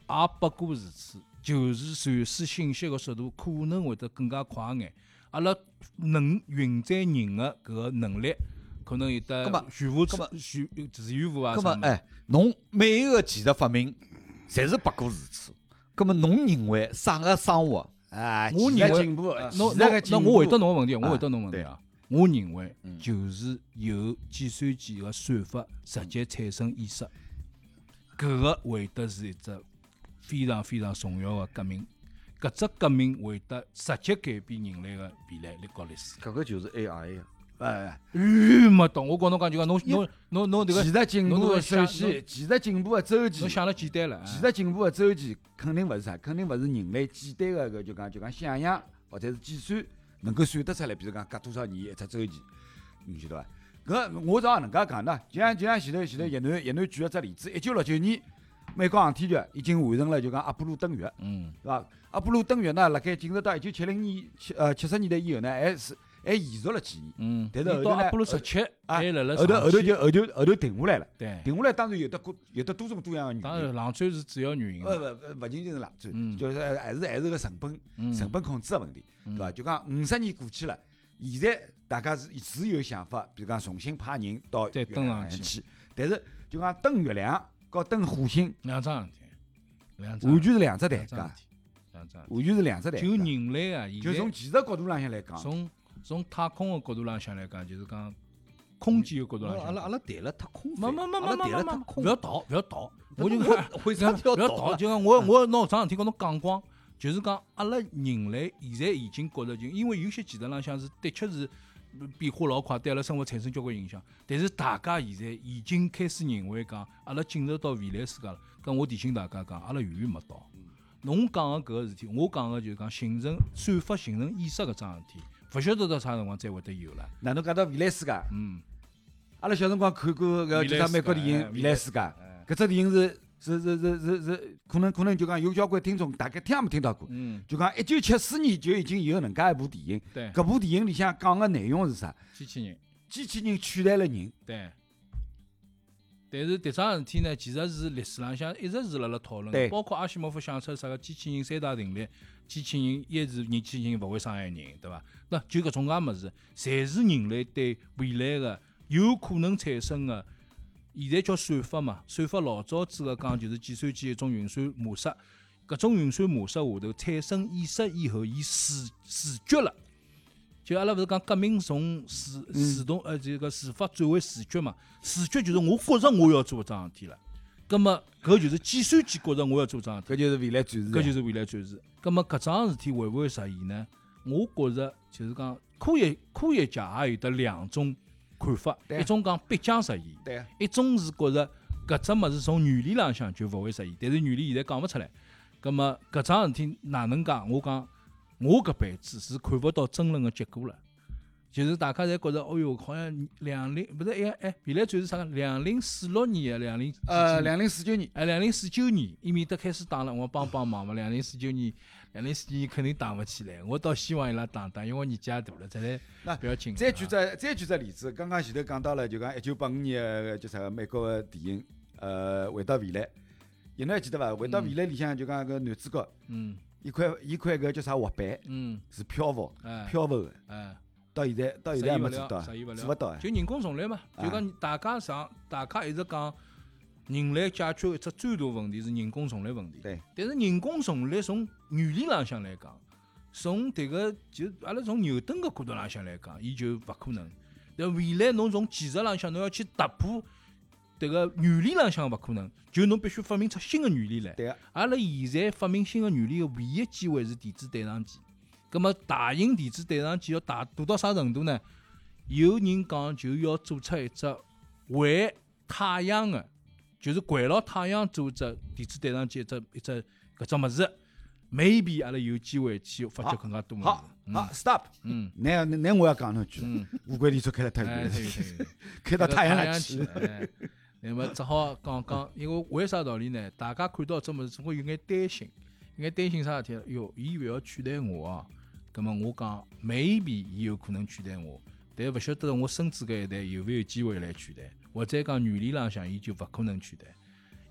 Speaker 4: 也不过如此。就是传输信息个速度可能会得更加快眼，阿拉能运载人个搿个能力可能有得
Speaker 5: 葛末
Speaker 4: 全部
Speaker 5: 葛末
Speaker 4: 全自由化啊
Speaker 5: 葛
Speaker 4: 啥
Speaker 5: 么
Speaker 4: 物，事。
Speaker 5: 哎，侬每一个技术发明，侪是不过如此。葛么，侬认为啥个生活？
Speaker 8: 啊，
Speaker 4: 我
Speaker 8: 技
Speaker 4: 认
Speaker 8: 术
Speaker 4: 为
Speaker 8: 进步，
Speaker 4: 那
Speaker 8: 技术
Speaker 4: 那
Speaker 8: 个
Speaker 4: 那
Speaker 8: 进步
Speaker 4: 我回答侬个问题，我回答
Speaker 5: 啊
Speaker 4: 侬个问题
Speaker 5: 对
Speaker 4: 啊。嗯我认为就是由计算机个算法直接产生意识，搿个会得是一只非常非常重要个革命。搿只革命会得直接改变人类个未来和历史。
Speaker 5: 搿个就是 AI 呀。
Speaker 8: 哎，
Speaker 4: 完全没懂，我告侬讲就讲侬侬侬侬迭
Speaker 8: 技
Speaker 4: 个
Speaker 8: 术进
Speaker 4: 侬
Speaker 8: 步
Speaker 4: 侬
Speaker 8: 的
Speaker 4: 想
Speaker 8: 首
Speaker 4: 侬
Speaker 8: 先，技术进步的周期
Speaker 4: 侬。想了简单了啊。
Speaker 8: 技术进步的周期肯定勿是啥，肯定勿是人类简单的搿就讲就讲想象或者是计算能够算得出来，比如讲隔多少年一只周期，你晓得伐？搿我是能介讲的，就像就像前头前头越南越南举个只例子，一九六九年美国航天局已经完成了就讲阿波罗登月，
Speaker 4: 嗯
Speaker 8: 对伐？阿波罗登月呢，辣盖进入到一九七零年七呃七十年代以后呢，还是还延续了几年，
Speaker 4: 嗯，
Speaker 8: 但是后头
Speaker 4: 到
Speaker 8: 呢
Speaker 4: 阿波罗十七
Speaker 8: 啊
Speaker 4: 还辣辣
Speaker 8: 后头
Speaker 4: 上
Speaker 8: 后头
Speaker 4: 去
Speaker 8: 就后头后头停下来了，
Speaker 4: 对，
Speaker 8: 停下来当然有得各有得多种多样的原因。
Speaker 4: 当然冷战是主要原因
Speaker 8: 呃
Speaker 4: 啊。
Speaker 8: 勿勿勿仅仅是冷
Speaker 4: 嗯
Speaker 8: 战，就是还是还是个成本
Speaker 4: 嗯
Speaker 8: 成本控制个问题，对伐？就讲五十年过去了，现在大家是是有想法，比如讲重新派人到
Speaker 4: 再
Speaker 8: 月
Speaker 4: 登
Speaker 8: 亮
Speaker 4: 上
Speaker 8: 上
Speaker 4: 去
Speaker 8: 去，但是就讲登月亮和登火星
Speaker 4: 两桩事体，两桩
Speaker 8: 完全是两只台
Speaker 4: 两
Speaker 8: 阶，
Speaker 4: 桩
Speaker 8: 完
Speaker 4: 事体，两桩事体。
Speaker 8: 全是两只台阶。
Speaker 4: 就人类啊，
Speaker 8: 就
Speaker 4: 现在
Speaker 8: 从技术角度浪向来讲，
Speaker 4: 从从太空的角度浪向来讲，就是讲空间的角度浪
Speaker 5: 阿
Speaker 4: 向
Speaker 5: 拉
Speaker 4: 讲
Speaker 5: 阿。拉谈了太空
Speaker 4: 没
Speaker 5: 泛，
Speaker 4: 没没没
Speaker 5: 阿拉
Speaker 4: 没
Speaker 5: 谈了
Speaker 4: 没
Speaker 5: 太
Speaker 4: 没，
Speaker 5: 空
Speaker 4: 不要逃不要逃，我就
Speaker 5: 我 为啥
Speaker 4: 不
Speaker 5: 要
Speaker 4: 要嗯
Speaker 5: 逃
Speaker 4: 逃，
Speaker 5: 啊
Speaker 4: 就讲我我拿桩事体跟侬讲光，就是讲阿拉人类现在已经觉着就因为有些技术浪向是的确是变化老快，对阿拉生活产生交关影响，但是大家现在已经开始认为讲阿拉进入到未来世界了，搿我提醒大家讲阿拉远远没到。侬讲个搿个事体，我讲个就是讲形成算法形成意识搿桩事体，勿晓得到啥辰光才会得有了。
Speaker 8: 哪能讲到未来世界？
Speaker 4: 嗯，
Speaker 8: 阿拉小辰光看
Speaker 4: 未
Speaker 8: 过搿
Speaker 4: 来
Speaker 8: 叫啥美国电影
Speaker 4: 世界哎
Speaker 8: 《未来世界》，搿只电影是是是是是是，可能可能就讲有交关听众大概听也没听到过。
Speaker 4: 嗯，
Speaker 8: 就讲一九七四年就已经有能介一部电影，
Speaker 4: 对，
Speaker 8: 搿部电影里向讲个内容是啥？
Speaker 4: 机器人，
Speaker 8: 机器人取代了人，
Speaker 4: 对，但是迭桩事体呢，其实是历史浪向一直是辣辣讨论的
Speaker 8: 对，
Speaker 4: 包括阿西莫夫想出啥个机器人三大定律，机器人一是人机器人勿会伤害人，对伐？那就搿种介物事，侪是人类对未来个有可能产生个。现在叫算法嘛，算法老早子个讲就是计算机一种运算模式，搿种运算模式下头产生意识以后，伊视视觉了。就阿拉勿是讲革命从视
Speaker 8: 嗯
Speaker 4: 视动呃这个视法转为视觉嘛，视觉就是我觉着我要做搿桩事体了，葛末搿就是计算机觉着我要做搿桩事体。
Speaker 8: 搿就是未来展示啊，
Speaker 4: 搿就是未来展示。葛么搿桩事体会勿会实现呢？我觉着就是讲科学科学家也有得两种看法，
Speaker 8: 对
Speaker 4: 一种讲必将实现，
Speaker 8: 对啊，
Speaker 4: 一种是觉着搿只物事从原理浪向就勿会实现，但是原理现在讲勿出来。葛么搿桩事体哪能讲？我讲我搿辈子是看勿到争论个结果了。就是大家侪觉着，哦哟，好像两零不是哎哎，未来就是啥个？两零四六年啊，两零
Speaker 8: 呃，两零四九年，
Speaker 4: 哎，两零四九年，伊面搭开始打了，我帮帮忙嘛。两零四九年，两零四九年肯定打勿起来，我倒希望伊拉打打，因为我年纪也大了，再来
Speaker 8: 那
Speaker 4: 不要紧。啊
Speaker 8: 再举只再举只例子，刚刚前头讲到了，就讲一九八五年呃叫啥个美国个电影，呃，回到未来，有侬还记得伐？回到未来里向就讲搿男主角，
Speaker 4: 嗯
Speaker 8: 一块一块搿叫啥滑板，
Speaker 4: 嗯
Speaker 8: 是漂浮
Speaker 4: 哎
Speaker 8: 漂浮个，
Speaker 4: 哎，
Speaker 8: 到现在到现在还没做到啊，
Speaker 4: 实现勿了，
Speaker 8: 做勿到啊。啊
Speaker 4: 就人工重来嘛，就讲大家上，大家一直讲，人类解决一只最大问题是人工重来问题。
Speaker 8: 对。
Speaker 4: 但是人工重来从原理浪向来讲，从迭个就阿拉从牛顿个角度浪向来讲，伊就勿可能。那未来侬从技术浪向侬要去突破迭个原理浪向勿可能，就侬必须发明出新个原理来。
Speaker 8: 对啊个，
Speaker 4: 阿拉现在发明新个原理个唯一机会是电子对撞机。葛么大型电子对撞机要大大到啥程度呢？有人讲就要做出一只环太阳个，就是环绕太阳做一只电子对撞机一只一只搿只物事。maybe 阿拉有机会去发掘更加多物事。
Speaker 8: 好
Speaker 4: 嗯
Speaker 8: 好，stop，
Speaker 4: 嗯，
Speaker 8: 那那我要讲两句了，乌龟列车开了太
Speaker 4: 哎，
Speaker 8: 远了
Speaker 4: 对，对对。
Speaker 8: 开到
Speaker 4: 到
Speaker 8: 太阳
Speaker 4: 阳
Speaker 8: 上去 了。
Speaker 4: 哎，那么只好讲讲，因为为啥道理呢？大家看到这么总归有眼担心，有眼担心啥事体？哟，伊勿要取代我啊！咁么我讲，maybe 伊有可能取代我，但勿晓得我孙子搿一代有勿有机会来取代，或者讲原理浪向伊就勿可能取代，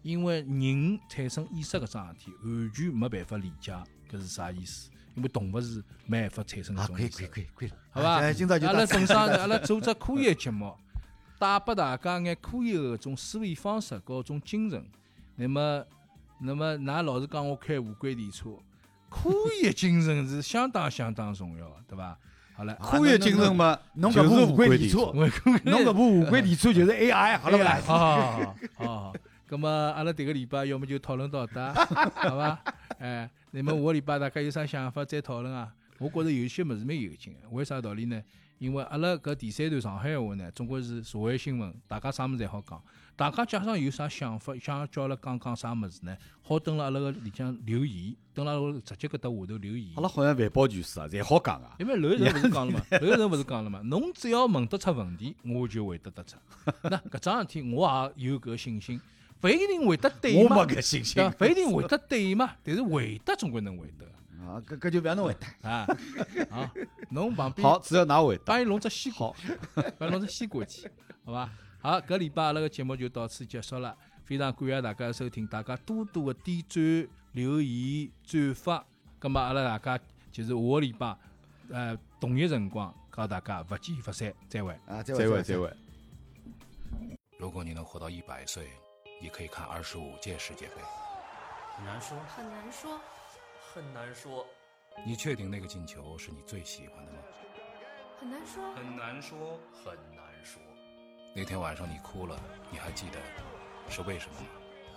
Speaker 4: 因为人产生意识搿桩事体完全没办法理解搿是啥意思，因为动物是没办法产生
Speaker 8: 啊，
Speaker 4: 搿种
Speaker 8: 可
Speaker 4: 意
Speaker 8: 以
Speaker 4: 识
Speaker 8: 可以
Speaker 4: 的。
Speaker 8: 可以可以了，
Speaker 4: 好吧？
Speaker 8: 哎今朝就
Speaker 4: 阿
Speaker 8: 到
Speaker 4: 拉
Speaker 8: 此
Speaker 4: 正 常，阿拉做只科学节目，带拨大家眼科学搿种思维方式和种精神。那么，那么，㑚老是讲我开无轨电车，科学精神是相当相当重要的，对伐？好了，
Speaker 8: 科学精神嘛，侬搿
Speaker 5: 就是
Speaker 8: 部
Speaker 5: 乌
Speaker 8: 乌龟
Speaker 5: 龟列
Speaker 8: 列车，
Speaker 5: 车
Speaker 8: 侬搿部乌 龟列车就是 AI，好了勿啦？
Speaker 4: 好好好好好，那么阿拉迭个礼拜要么就讨论到搭，好伐？哎，那么下个礼拜大家有啥想法再讨论啊？我觉着有些物事蛮有劲的，为啥道理呢？因为阿拉搿第三段上海话呢，总归是社会新闻，大家啥物事侪好讲。大家假使有啥想法，想叫阿拉讲讲啥物事呢？好蹲辣阿拉个里向留言，蹲辣我直接搿搭下头留言
Speaker 5: 阿。拉好像万宝全书啊，侪好讲啊。
Speaker 4: 因为刘一晨勿是讲 了嘛，刘一晨勿是讲了嘛，侬只要问得出问题，我就回答得出。 那搿桩事体我也有搿信心，勿一定回答对
Speaker 5: 我
Speaker 4: 嘛，
Speaker 5: 没
Speaker 4: 对
Speaker 5: 搿信心。
Speaker 4: 伐？勿一定回答对嘛，但是回答总归能回答
Speaker 8: 啊，搿搿就勿要侬回答。
Speaker 4: 啊 啊！侬旁边
Speaker 5: 好，只要㑚回答。
Speaker 8: 哎
Speaker 4: 帮伊弄只西瓜， 帮伊弄只西瓜去，好伐？好，搿礼拜阿拉个节目就到此结束了，非常感谢大家的收听，大家多多的点赞、留言、转发，葛末阿拉大家就是下个礼拜，呃，同一辰光，告大家勿见勿散，再会。
Speaker 8: 啊，再
Speaker 5: 再
Speaker 8: 会
Speaker 5: 会，再。会。
Speaker 1: 如果你能活到一百岁，你可以看二十五届世界杯。
Speaker 2: 很难说，
Speaker 3: 很难说，
Speaker 2: 很难说，
Speaker 1: 你确定那个进球是你最喜欢的吗？
Speaker 3: 很难说，
Speaker 2: 很难说，很难说，
Speaker 1: 那天晚上你哭了，你还记得是为什么吗？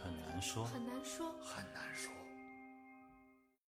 Speaker 2: 很难说，
Speaker 3: 很难说。
Speaker 2: 很难说。